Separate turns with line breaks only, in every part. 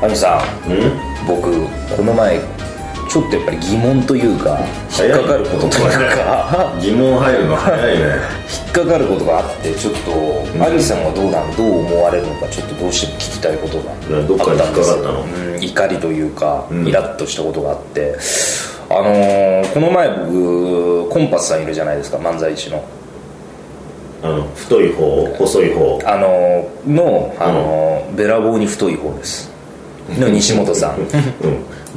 あのさ
うん
僕この前ちょっとやっぱり疑問というか引っかかることというか
疑問入るの早いね
引っかかることがあってちょっとアリさんがどうなのどう思われるのかちょっとどうしても聞きたいこと
などっか
があ
に
ったんです
引っかかった
うん怒りというか
うん
イラッとしたことがあって、あのーこの前僕コンパスさんいるじゃないですか漫才師の
あの太い方細い方
あのーの、あのーべらぼうに太い方ですの西本さん
うん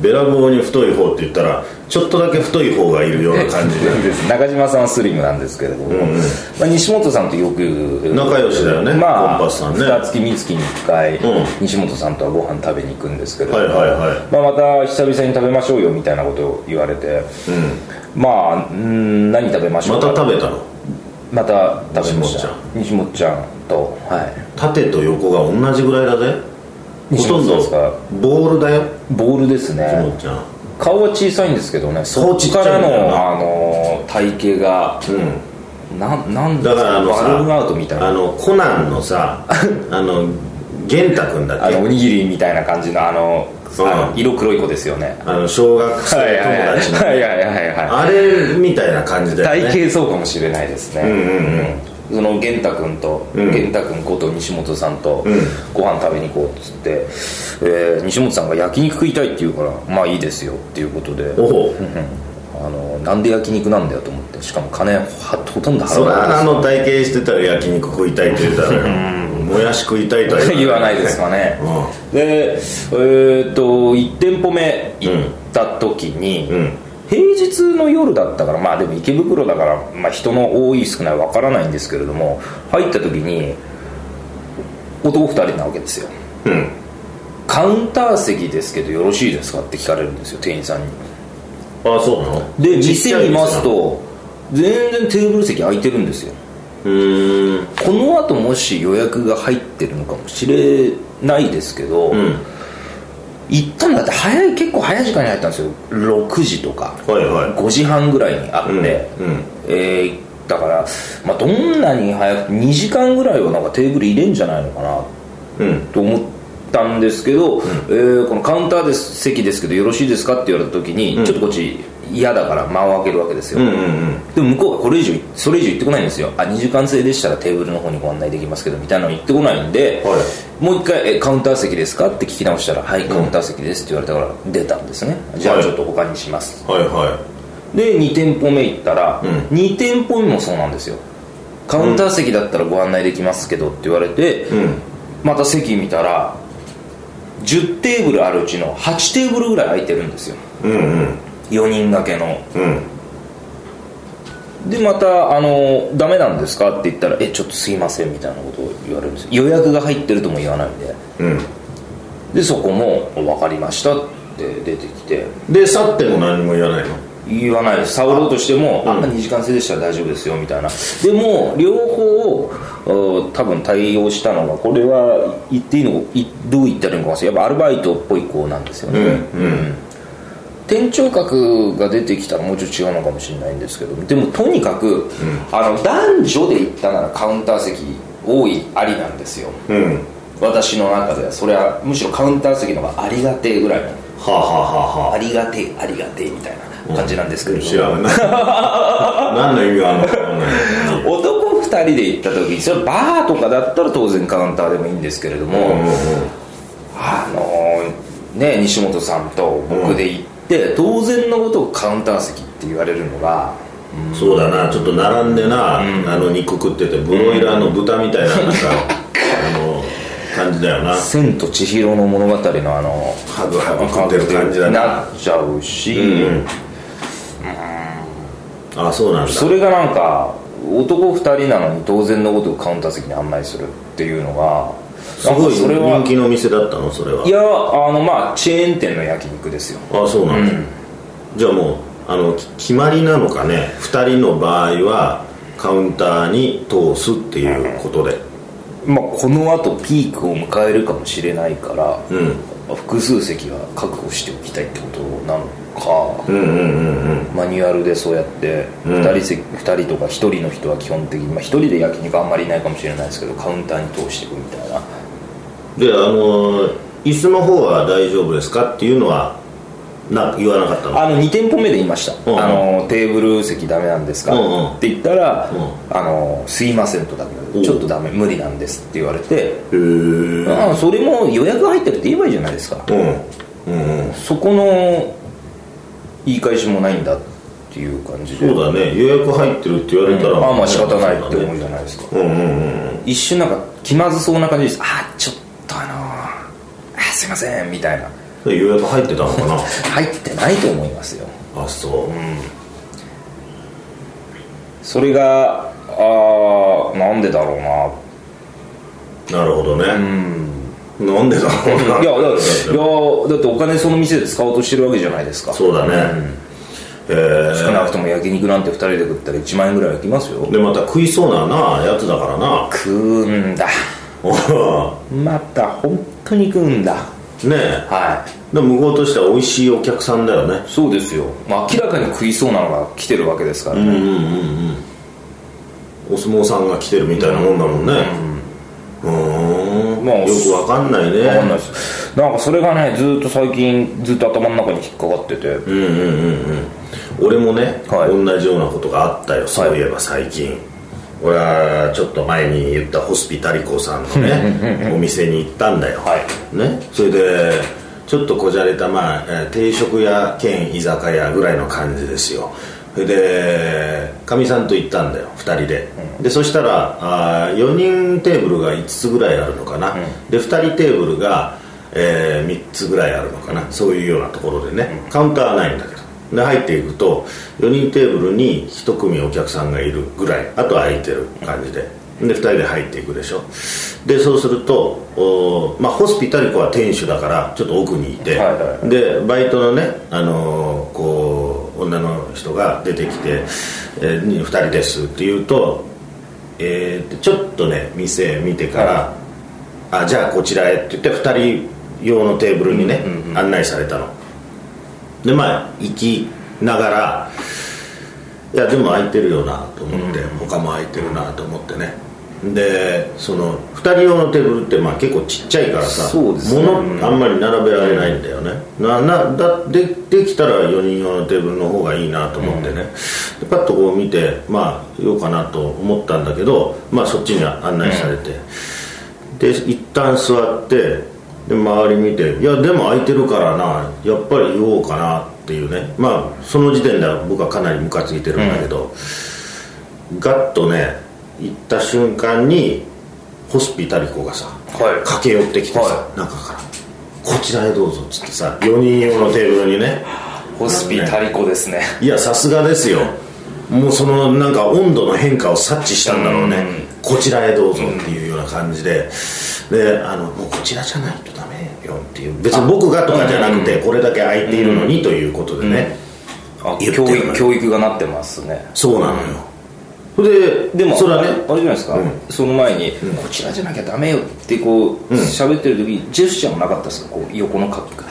べらぼうに太い方って言ったらちょっとだけ太い方がいるような感じで
中島さんはスリムなんですけれども、
うんうん
まあ、西本さんとよく
仲良しだよね
まあ
コンパスさんね
二月三月に1回、
うん
西本さんとはご飯食べに行くんですけれど
はい
も、
はいは
まあ、また久々に食べましょうよみたいなことを言われて
い、うん、
まあうん何食べましょ
ま
うか
た食べたの
また食べました西本ちゃんとはい
縦と横が同じぐらいだぜほ
西本
とん
さん
ど
ですか
ボールだよ
ボールですね、
ももちゃん
顔は小さいんですけどねそ
顔
っ
ちっ
ち
ちゃ
か
い
ら
ん
の
だよな
あの体型が
うん
なんなん
だからあの
バルーンアウトみたい
さあ
な
のコナンの さあの玄太君だ
あ
っけ
のおにぎりみたいな感じのあの
そう
あの色黒い子ですよね
あの小学生
はいはい
友達の
はいはいはいはいは
あれみたいな感じ
い
だよね
体型そうかもしれないですね
うんうんうん
うんその玄太君と
うん
玄太君こと西本さんと
うん
ご飯食べに行こうっつってえー西本さんが焼肉食いたいって言うからまあいいですよっていうことで
おお
あのなんで焼肉なんだよと思ってしかも金はほとんど払
そ
わない
らあの体型してたら焼肉食いたいって言ったらもやし食いたいとは
言わないですかね
う
でえーっと1店舗目行った時に、
んうん
平日の夜だったからまあでも池袋だから、まあ、人の多い少ないわからないんですけれども入った時に男2人なわけですよ
うん
カウンター席ですけどよろしいですかって聞かれるんですよ店員さんに
あそうなの
で
ちっち
店
ゃ
見
い店
ますと全然テーブル席空いてるんですよ
うーん
この後もし予約が入ってるのかもしれないですけど、
うん
行ったんだって早い結構早い時間に入ったんですよ6時とか
はいは
5時半ぐらいにあって、
いうん
え
うん
ーだから、まあ、どんなに早く2時間ぐらいはなんかテーブル入れんじゃないのかな
うん
と思ったんですけど、えーこのカウンターです席ですけどよろしいですかって言われた時に、ちょっとこっち嫌だから間を空けるわけですよ、
うんうん
でも向こうがこれ以上それ以上言ってこないんですよあ2時間制でしたらテーブルの方にご案内できますけどみたいなの言ってこないんで、
は
もう一回え「カウンター席ですか?」って聞き直したら「はいカウンター席です」って言われたから出たんですねじゃ
は
あ
い
ちょっと他にします、
はいは
で2店舗目行ったら、
う
2店舗目もそうなんですよカウンター席だったらご案内できますけどって言われて、
いうん
また席見たら10テーブルあるうちの8テーブルぐらい空いてるんですよ
うんうん
4人掛けの
うん
でまた「あのダメなんですか?」って言ったら「えちょっとすいません」みたいなことを言われるんです予約が入ってるとも言わないんで
うん
でそこも「分かりました」って出てきて
で去っても何も言わないの
言わないです触ろうとしても「あ
うん
2時間制でしたら大丈夫ですよ」みたいなでも両方をうん多分対応したのがこれは言っていいのいどう言ったらいいのか忘れやっぱアルバイトっぽい子なんですよね、
うん
店長角が出てきたらもうちょっと違うのかもしれないんですけどでもとにかく、あの男女で行ったならカウンター席多いありなんですよ
うんうん
私の中ではそれはむしろカウンター席の方がありがてえぐらいの
はあはあはあは
ありがてえありがてえみたいな感じなんですけれ
あ知
ども、
らない何の意味があるのか分かんない
男2人で行った時にそれバーとかだったら当然カウンターでもいいんですけれども、
うんうんうん
あのね西本さんと僕で行って、当然のことをカウンター席って言われるのが
そうだなちょっと並んでな、あの肉食っててブロイラーの豚みたいななんか、あの感じだよ
「
な
千と千尋の物語」のあの
ハグハグ食ってる感じだ
な
な
っちゃうし、
うんあそうなんだ
それがなんか男2人なのに当然のことをカウンター席に案内するっていうのが
すごい
なんかそれは
人気の店だったのそれはい
やあのまあチェーン店の焼肉ですよ
あそうなんだ、じゃあもうあのき決まりなのかね2人の場合はカウンターに通すっていうことで
まあこのあとピークを迎えるかもしれないから、
うん
複数席は確保しておきたいってことなのか、
うんうんうんうん
マニュアルでそうやって
うん
2人席、二人とか1人の人は基本的に、まあ、1人で焼肉あんまりいないかもしれないですけどカウンターに通していくみたいな
であのー椅子の方は大丈夫ですかっていうのはな言わなかったの
あの2店舗目で言いました、
うん
あのテーブル席ダメなんですか、
うんうん
って言ったら、
う
あの「すいません」とダメなん
おう
でちょっとダメ無理なんですって言われて、
へえ
ああそれも予約入ってるって言えばいいじゃないですか
うんうんうん
そこの言い返しもないんだっていう感じで
そうだね予約入ってるって言われたら、
まあまあ仕方ないって思うじゃないですか、
うんうんうん
一瞬なんか気まずそうな感じですあちょっとあのーあすいませんみたいな
で予約入ってたのかな
入ってないと思いますよ
あそう、
それがあーなんでだろうな
なるほどねなんでだろうない
やだいやだってお金その店で使おうとしてるわけじゃないですか
そうだね、えー
少なくとも焼肉なんて2人で食ったら1万円ぐらいはいきますよ
でまた食いそうななやつだからな
食うんだまた本当に食うんだ
ねえ
は
でも向こうとしては美味しいお客さんだよね
いそうですよ、まあ、明らかに食いそうなのが来てるわけですからね、
うんうんうんお相撲さんが来てるみたいなもんだもんねうーん
まあ
よくわかんないね
わかんないですなんかそれがねずっと最近ずっと頭の中に引っかかってて、
うんうんうんうん俺もね、
はい
同じようなことがあったよそういえば最近、俺はちょっと前に言ったホスピタリコさんのねお店に行ったんだよ、
はい
ね、それでちょっとこじゃれた、まあえー、定食屋兼居酒屋ぐらいの感じですよそれでかみさんと行ったんだよ2人で、でそしたらあ4人テーブルが5つぐらいあるのかな、で2人テーブルが、え3つぐらいあるのかなそういうようなところでね、カウンターはないんだけどで入っていくと4人テーブルに1組お客さんがいるぐらいあとは空いてる感じでで2人で入っていくでしょでそうするとおーまあ、ホスピタリコは店主だからちょっと奥にいて、
はいはいは
でバイトのね、あのーこう女の人が出てきて「えー、2人です」って言うと、えーちょっとね店見てから、あじゃあこちらへって言って2人用のテーブルにね、案内されたのでまあ行きながらいやでも空いてるよなと思って、他も空いてるなと思ってねでその2人用のテーブルってまあ結構ちっちゃいからさ
そうですね
物あんまり並べられないんだよね、ななだでできたら4人用のテーブルの方がいいなと思ってね、でパッとこう見てまあようかなと思ったんだけどまあそっちに案内されて、で一旦座ってで周り見て「いやでも空いてるからなやっぱり言おうかな」っていうねまあその時点では僕はかなりムカついてるんだけど、ガッとね行った瞬間にホスピタリコがさ、
はい
駆け寄ってきてさ、
は
中から「こちらへどうぞ」っつってさ4人用のテーブルにね
ホスピタリコですね
いやさすがですよもうそのなんか温度の変化を察知したんだろうね、こちらへどうぞっていうような感じで、であのもうこちらじゃないとダメよっていう別に僕がとかじゃなくてこれだけ空いているのにということでね、
あ
言って
教
た
育
ね
教育がなってますね
そうなのよそれで
でも
それはね
あれじゃないですか、
うん
その前に、こちらじゃなきゃダメよってこう喋、ってる時にジェスチャーもなかったですかこう横の角が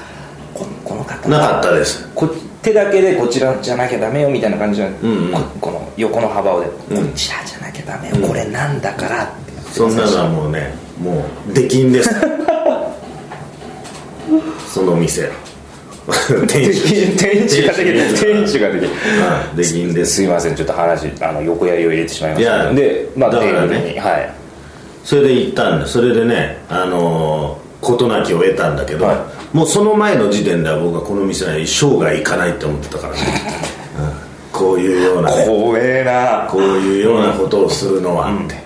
このこの方
なかったです
こ手だけでこちらじゃなきゃダメよみたいな感じじゃなくて、
うんうん
ここの横の幅をで、
うん
こちらじゃなきゃダメよ、これなんだからって
そんなのはもうねもう出禁ですその店店主
店主ができる店主ができる
はい出禁です
すいませんちょっと話あの横やりを入れてしまいまし
い
た
や
でまあ
だからね
テーブルにはい
それで行ったんだそれでねあのー事なきを得たんだけど、
は
もうその前の時点では僕はこの店は生涯行かないって思ってたからね、うんこういうようなね
怖えな
こういうようなことをするのはって、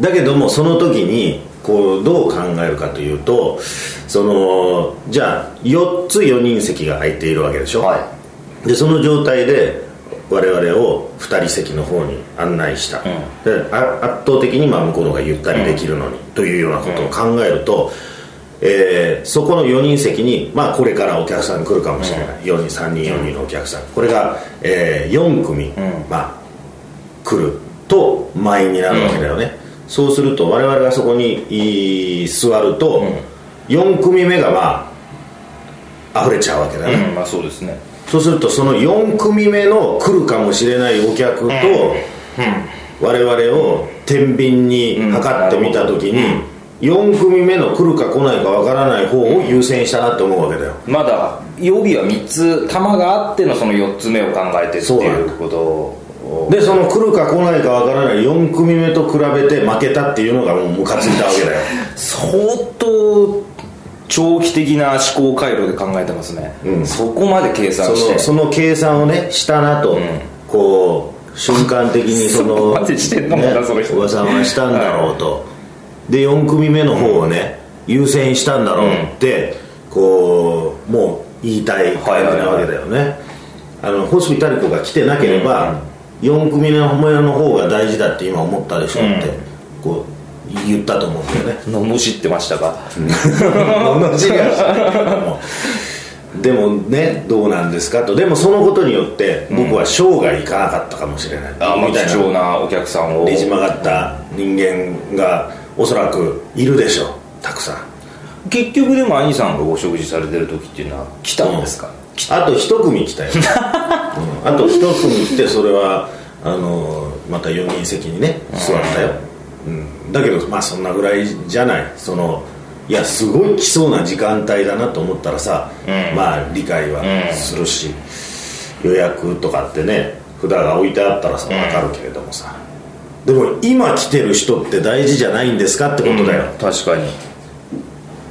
だけどもその時にこうどう考えるかというとそのじゃあ4つ4人席が空いているわけでしょ、
は
でその状態で我々を2人席の方に案内した、であ圧倒的にまあ向こうの方がゆったりできるのに、というようなことを考えると、えーそこの4人席に、まあ、これからお客さん来るかもしれない、4人3人4人のお客さんこれが、え4組、まあ、来ると満員になるわけだよね、そうすると我々がそこにい座ると、4組目がまあ溢れちゃうわけだね、
うんまあそうですね
そうするとその4組目の来るかもしれないお客と我々を天秤に測ってみた時に4組目の来るか来ないかわからない方を優先したなって思うわけだよ
まだ曜日は3つ玉があってのその4つ目を考えてって
そうなん
い
だ
うことを
でその来るか来ないかわからない4組目と比べて負けたっていうのがもうムカついたわけだよ
相当長期的な思考回路で考えてますね、
うん
そこまで計
そ
算して
のその計算をねしたなと、こう瞬間的にそ
そこま
の
でしてんのかなその人
おばさんはしたんだろうと、で4組目の方をね、優先したんだろうって、こうもう言いたい感じなわけだよね、あのホスピタリコが来てなければ、4組目の目の方が大事だって今思ったでしょって、こう言ったと思うんだよね
罵ってましたが
同じやし でもねどうなんですかとでもそのことによって僕は生涯行かなかったかもしれない、
あまあ
みたい
貴
な
重なお客さんを
ねじ曲がった人間がおそらくいるでしょうたくさん
結局でも兄さんがお食事されてる時っていうのは来たんですか、
あと一組来たよ、うんあと一組来てそれはあのまた4人席にね座ったよ、うん、だけどまあそんなぐらいじゃないそのいやすごい来そうな時間帯だなと思ったらさ、まあ理解はするし、予約とかってね札が置いてあったらさ分かるけれどもさ、でも今来てる人って大事じゃないんですかってことだよ、
確かに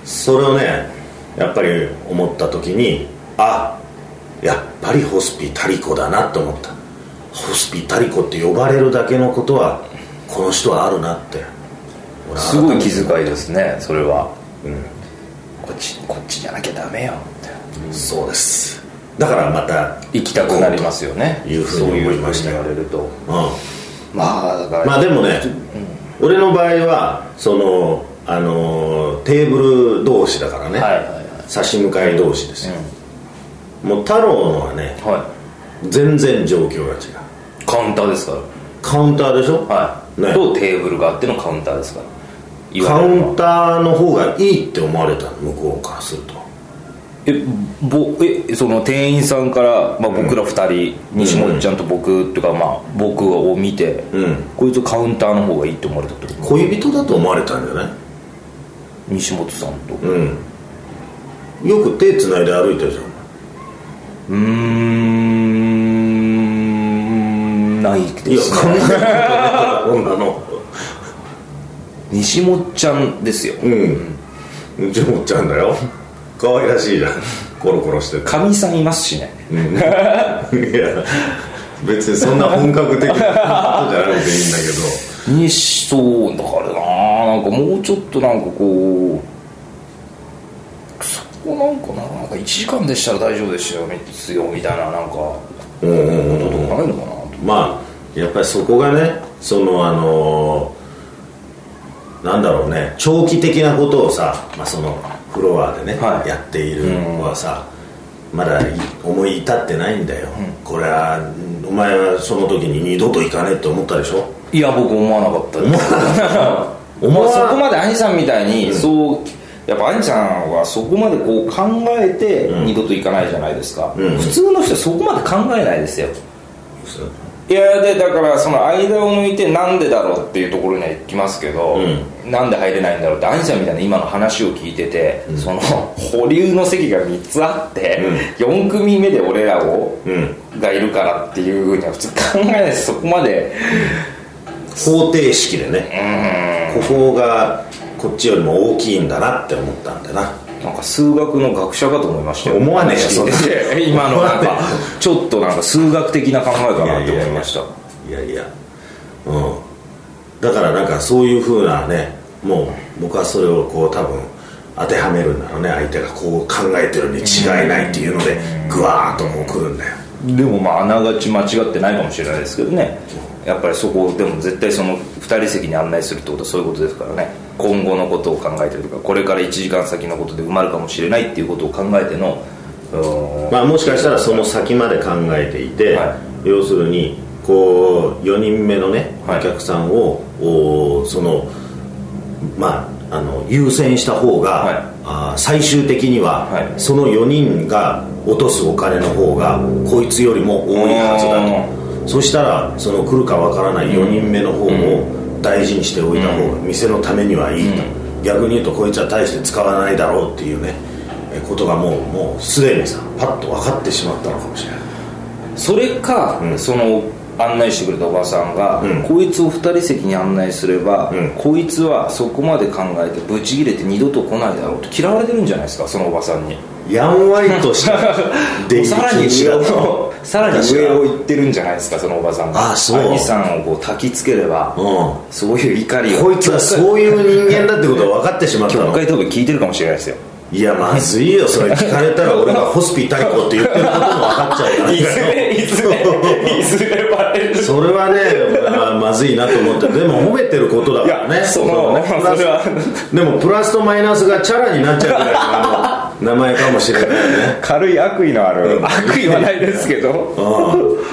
それをねやっぱり思った時にあやっぱりホスピタリコだなと思ったホスピタリコって呼ばれるだけのことはこの人はあるなって俺
すごい気遣いですねそれは、こっちこっちじゃなきゃダメよって
そうですだからまた
行きたくなりますよね
いうふうに思いましたよ
そういうふうに言われると
う
まあだから、
んまあでもね、俺の場合はそのあのーテーブル同士だからね、
はいはいはい
差し向かい同士ですよ、もう太郎のはね
は
全然状況が違う
いカウンターですから
カウンターでしょ
はい、
ね
とテーブルがあってのカウンターですからい
カ
わ
ウ
ゆる
ンターの方がいいって思われたの向こうからすると
えぼえその店員さんから、まあ、僕ら2人、西森ちゃんと僕とか、まあ、僕を見て、
うん
こいつカウンターの方がいいって思われたってこと
恋人だと思われたんじゃない
西本さんと
うんよく手つないで歩いてるじゃん
うーんない
い
で
や
す
考
ね
えたことない女の
西本ちゃんですよ
うんじゃもっちゃんだよ可愛らしいじゃんコロコロしてる
かみさんいますしね
いや別にそんな本格的なことじゃなくていいんだけど
にそうだからななんかもうちょっとなんかこうそこなんかななんか1時間でしたら大丈夫でしたよすよみたいななんか
うんうんうん
ことがないのかなと
まあやっぱりそこがねそのあのなんだろうね長期的なことをさ、まあ、そのフロアでね、
はい
やっている子はさ、まだい思い至ってないんだよ、これはうんお前はその時に二度と行かねえって思ったでしょ
いや僕思わなか ったです
思
まあ
わなか
そ
った
こまで兄さんみたいに、そうやっぱ兄さんはそこまでこう考えて二度と行かないじゃないですか、
うん
普通の人はそこまで考えないですよいやでだからその間を抜いてなんでだろうっていうところには行きますけど、
う
なんで入れないんだろうって兄さんみたいな今の話を聞いてて、その保留の席が3つあって、4組目で俺らを、
うん
がいるからっていうふうには普通考えないですそこまで
方程式でねここがこっちよりも大きいんだなって思ったんだな
なんか数学の学者かと思いましたよ
思わねえよそんな
聞いてて 今のなん
思
か
わね
ちょっとなんか数学的な考えかなって思
いやいやい
い
や
ました
いやいやうんだからなんかそういうふうなねもう僕はそれをこう多分当てはめるんだろうね相手がこう考えてるに違いないっていうのでグワーッとこう来るんだよ
でもまああながち間違ってないかもしれないですけどねやっぱりそこをでも絶対その2人席に案内するってことはそういうことですからね今後のことを考えてるとかこれから1時間先のことで埋まるかもしれないっていうことを考えてのうーん
まあもしかしたらその先まで考えていて、
は
要するにこう4人目のねお
はい
客さんを、おーそのまああの優先した方が、
はい
あー最終的には、
はい
その4人が落とすお金の方がこいつよりも多いはずだとそしたらその来るかわからない4人目の方を大事にしておいた方が、店のためにはいいと、逆に言うとこいつは大して使わないだろうっていうねえことがもうもうすでにさパッと分かってしまったのかもしれない
それか、
うん
その案内してくれたおばさんが、
うん
こいつを二人席に案内すれば、
うん
こいつはそこまで考えてブチ切れて二度と来ないだろうと嫌われてるんじゃないですかそのおばさんに
やんわりとした
さらに上をさらに上を行ってるんじゃないですかそのおばさんが
あそう
兄さんをこう焚きつければ、
う
そういう怒り
ん
を
こいつはそういう人間だってことが分かってしまった
今日
の
回答弁聞いてるかもしれないですよ
いやまずいよそれ聞かれたら俺がホスピタリコって言ってることも分かっちゃうから
いずれいず れいずれバレる
それはね、まあまずいなと思ってでも褒めてることだから
い
ね
やそう
だね
それ
プラス
は
でもプラスとマイナスがチャラになっちゃうぐらいのあの名前かもしれな いね
軽い悪意のある、
うん
悪意はないですけど
うん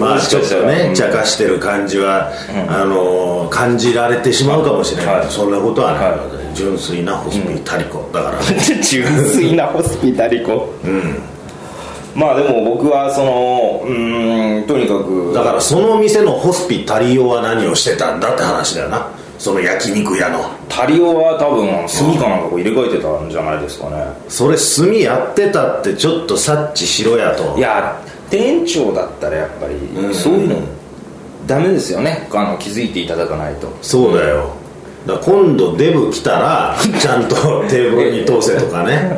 まあ
もし
ちょ
か
っ
した
と
ら
ね
うん
茶化してる感じは、あのー感じられてしまうかもしれない、
はい
そんなことはない、
は
純粋なホスピタリコだから、
純粋なホスピタリコまあでも僕はそのうーんとにかく
だからその店のホスピタリオは何をしてたんだって話だよなその焼肉屋の
タリオは多分炭かなんかこう入れ替えてたんじゃないですかね
それ炭やってたってちょっと察知しろやと
いや店長だったらやっぱり
ん
そういうのダメですよねあの気づいていただかないと
そうだよだから今度デブ来たらちゃんとテーブルに通せとかね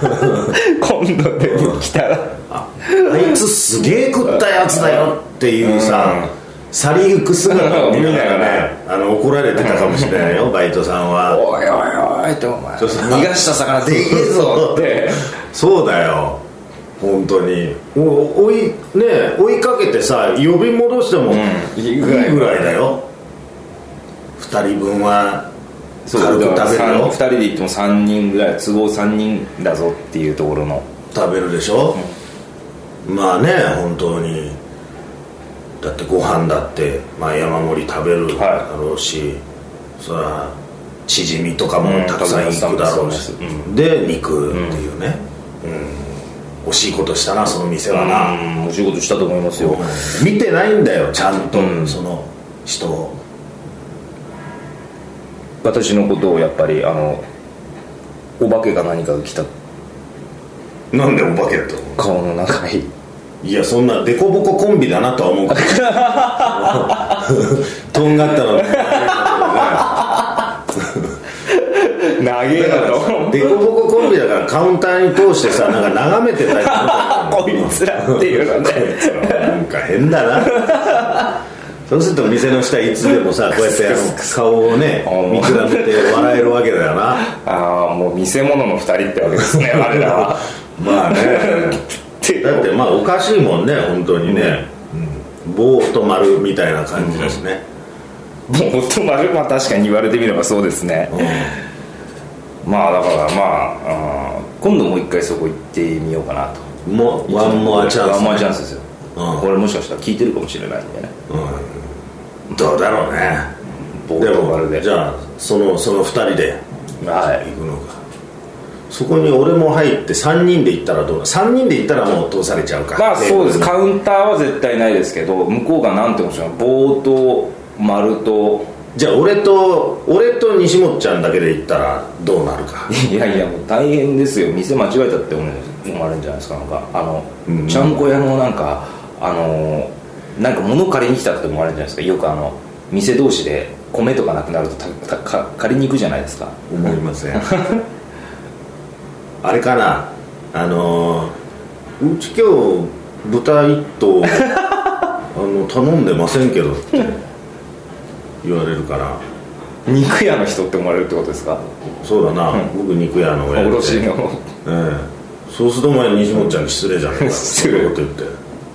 今度でも来たら
あいつすげえ食ったやつだよっていうさ去りゆく姿を見ながらねあの怒られてたかもしれないよバイトさんは
おいおいおいってお前
そうそう
逃がした魚でけえぞって
そうだよ本当にお追いねえ追いかけてさ呼び戻して
ん
もいいぐらいだよ2人分は軽く食べる
2
よ
人で行っても3人ぐらい都合3人だぞっていうところの
食べるでしょ、まあね本当にだってご飯だって、まあ、山盛り食べるだろうし、そりゃチヂミとかも
うん
たくさんいくだろうし、
たくさんいく
で肉っていうね、うん惜しいことしたなその店はな、
うんお仕事したと思いますよ
見てないんだよちゃんと、
うん
その人を
私のことをやっぱりあのお化けか何かが来た
なんでお化けだと思
顔の中に
ういやそんなデコボココンビだなとは思うけど とんがったの
長え
だからデコボココンビだからカウンターに通してさなんか眺めてたりするか ら
こいつらっていうのね
なんか変だなそうすると店の下いつでもさこうやってあの顔をね見比べて笑えるわけだよな
ああもう見せ物の2人ってわけですねあれらは
ま あね
て
だってまあおかしいもんね本当にね、うん、棒と丸みたいな感じだしね、
もうと丸まあ確かに言われてみればそうですねまあだからまああー今度もう一回そこ行ってみようかなと
うんもうワンモアチャンス、
ワンモアチャンスですよ、
うん
これもしかしたら聞いてるかもしれないんでね
うんどうだろうね
ボートバルで
じゃあそのその2人で
は
行くのかそこに俺も入って3人で行ったらどうだ3人で行ったらもう通されちゃうか
まあそうです
テーブルに
カウンターは絶対ないですけど向こうがなんて言うんでしょうね棒と丸と
じゃあ俺と俺と西本ちゃんだけで行ったらどうなるか
いやいやもう大変ですよ店間違えたって思う思われるんじゃないですかなんかあの、
うん
ちゃんこ屋のなんかあのなんか物借りに来たって思われるじゃないですかよくあの店同士で米とかなくなるとたたか借りに行くじゃないですか
思いません あれかなあのーうち今日豚一 頭あの頼んでませんけどって言われるから
肉屋の人って思われるってことですか
そうだな、僕肉屋の親で
卸の
ええそうするとお前西本ちゃんに 失礼じゃねえかそ
失
んな
礼
こと言って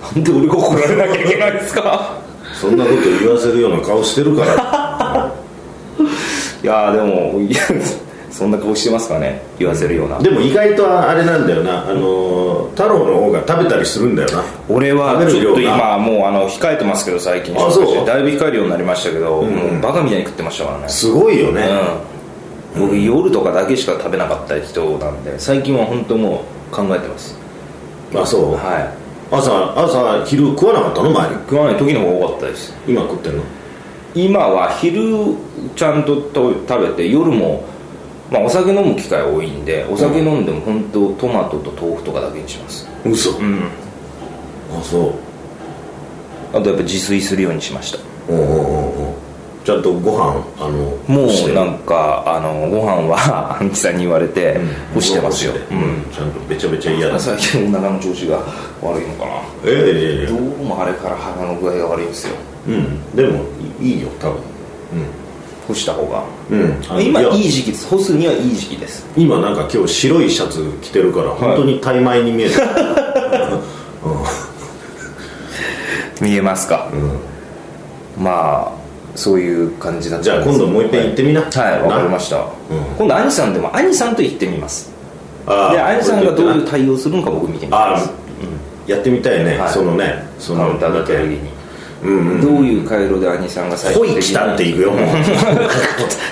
なんで俺が怒られなきゃいけないんですか
そんなこと言わせるような顔してるから
いやーでもいやそんな顔してますかね言わせるような
でも意外とあれなんだよなあのー太郎の方が食べたりするんだよな
俺は
食べる
ちょっと
量が
今もうあの控えてますけど最近
あそう
だいぶ控えるようになりましたけど、
ん
もうバカみたいに食ってましたからね
すごいよね、
うん僕夜とかだけしか食べなかった人なんで最近は本当もう考えてます
あそう、
はい
朝朝昼食わなかったの前に
食わない時の方が多かったです
今食ってんの
今は昼ちゃんとと食べて夜も、まあ、お酒飲む機会多いんでお酒飲んでも本当トマトと豆腐とかだけにします
嘘
うん
あそう
あとやっぱ自炊するようにしました
うんうんうんうんちゃんとご飯あの
も
して
うなんかあのご飯は アンチさんに言われて干してますよ、
ご飯干して
うん
うんちゃんとべちゃべちゃ嫌だ
最近お腹の調子が悪いのかな
ええええ
どうもあれから鼻の具合が悪いんですよ
ええうんでもいいいよ多分
干した方が
うん、うんあの、
今
や
いい時期です干すにはいい時期です
今なんか今日白いシャツ着てるから本当に怠米に見 える、
見えますか、まあそういう感じだった
じゃあ今度もう一遍行ってみな
はいわかりました、
ん
今度兄さんでも兄さんと行ってみます
あ
で
あ
兄さんがどういう対応するのか僕見てみま
あ
す
やってみたいね、
はい
そのねそ
カ
の
ウンターだった時に、
うんうん
どういう回路で兄さんが最
来い来たって行くよもう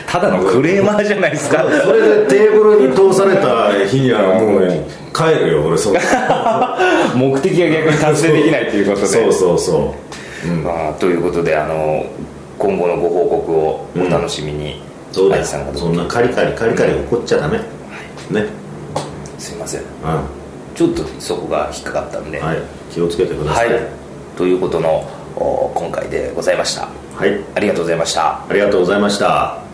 ただのクレーマーじゃないですか
それでテーブルに通された日にはもう帰るよ俺 そう
目的が逆に達成できないということで
そうそうそう
まあ、ということであの今後のご報告をお楽しみに、
そうだ
愛
よ
さんがど
そんなカリカリカリカリ怒っちゃダメ、ね
すいません
うんは
ちょっとそこが引っかかったんではい、
い気をつけてください
ということのお今回でございました
はい、
ありがとうございました
ありがとうございました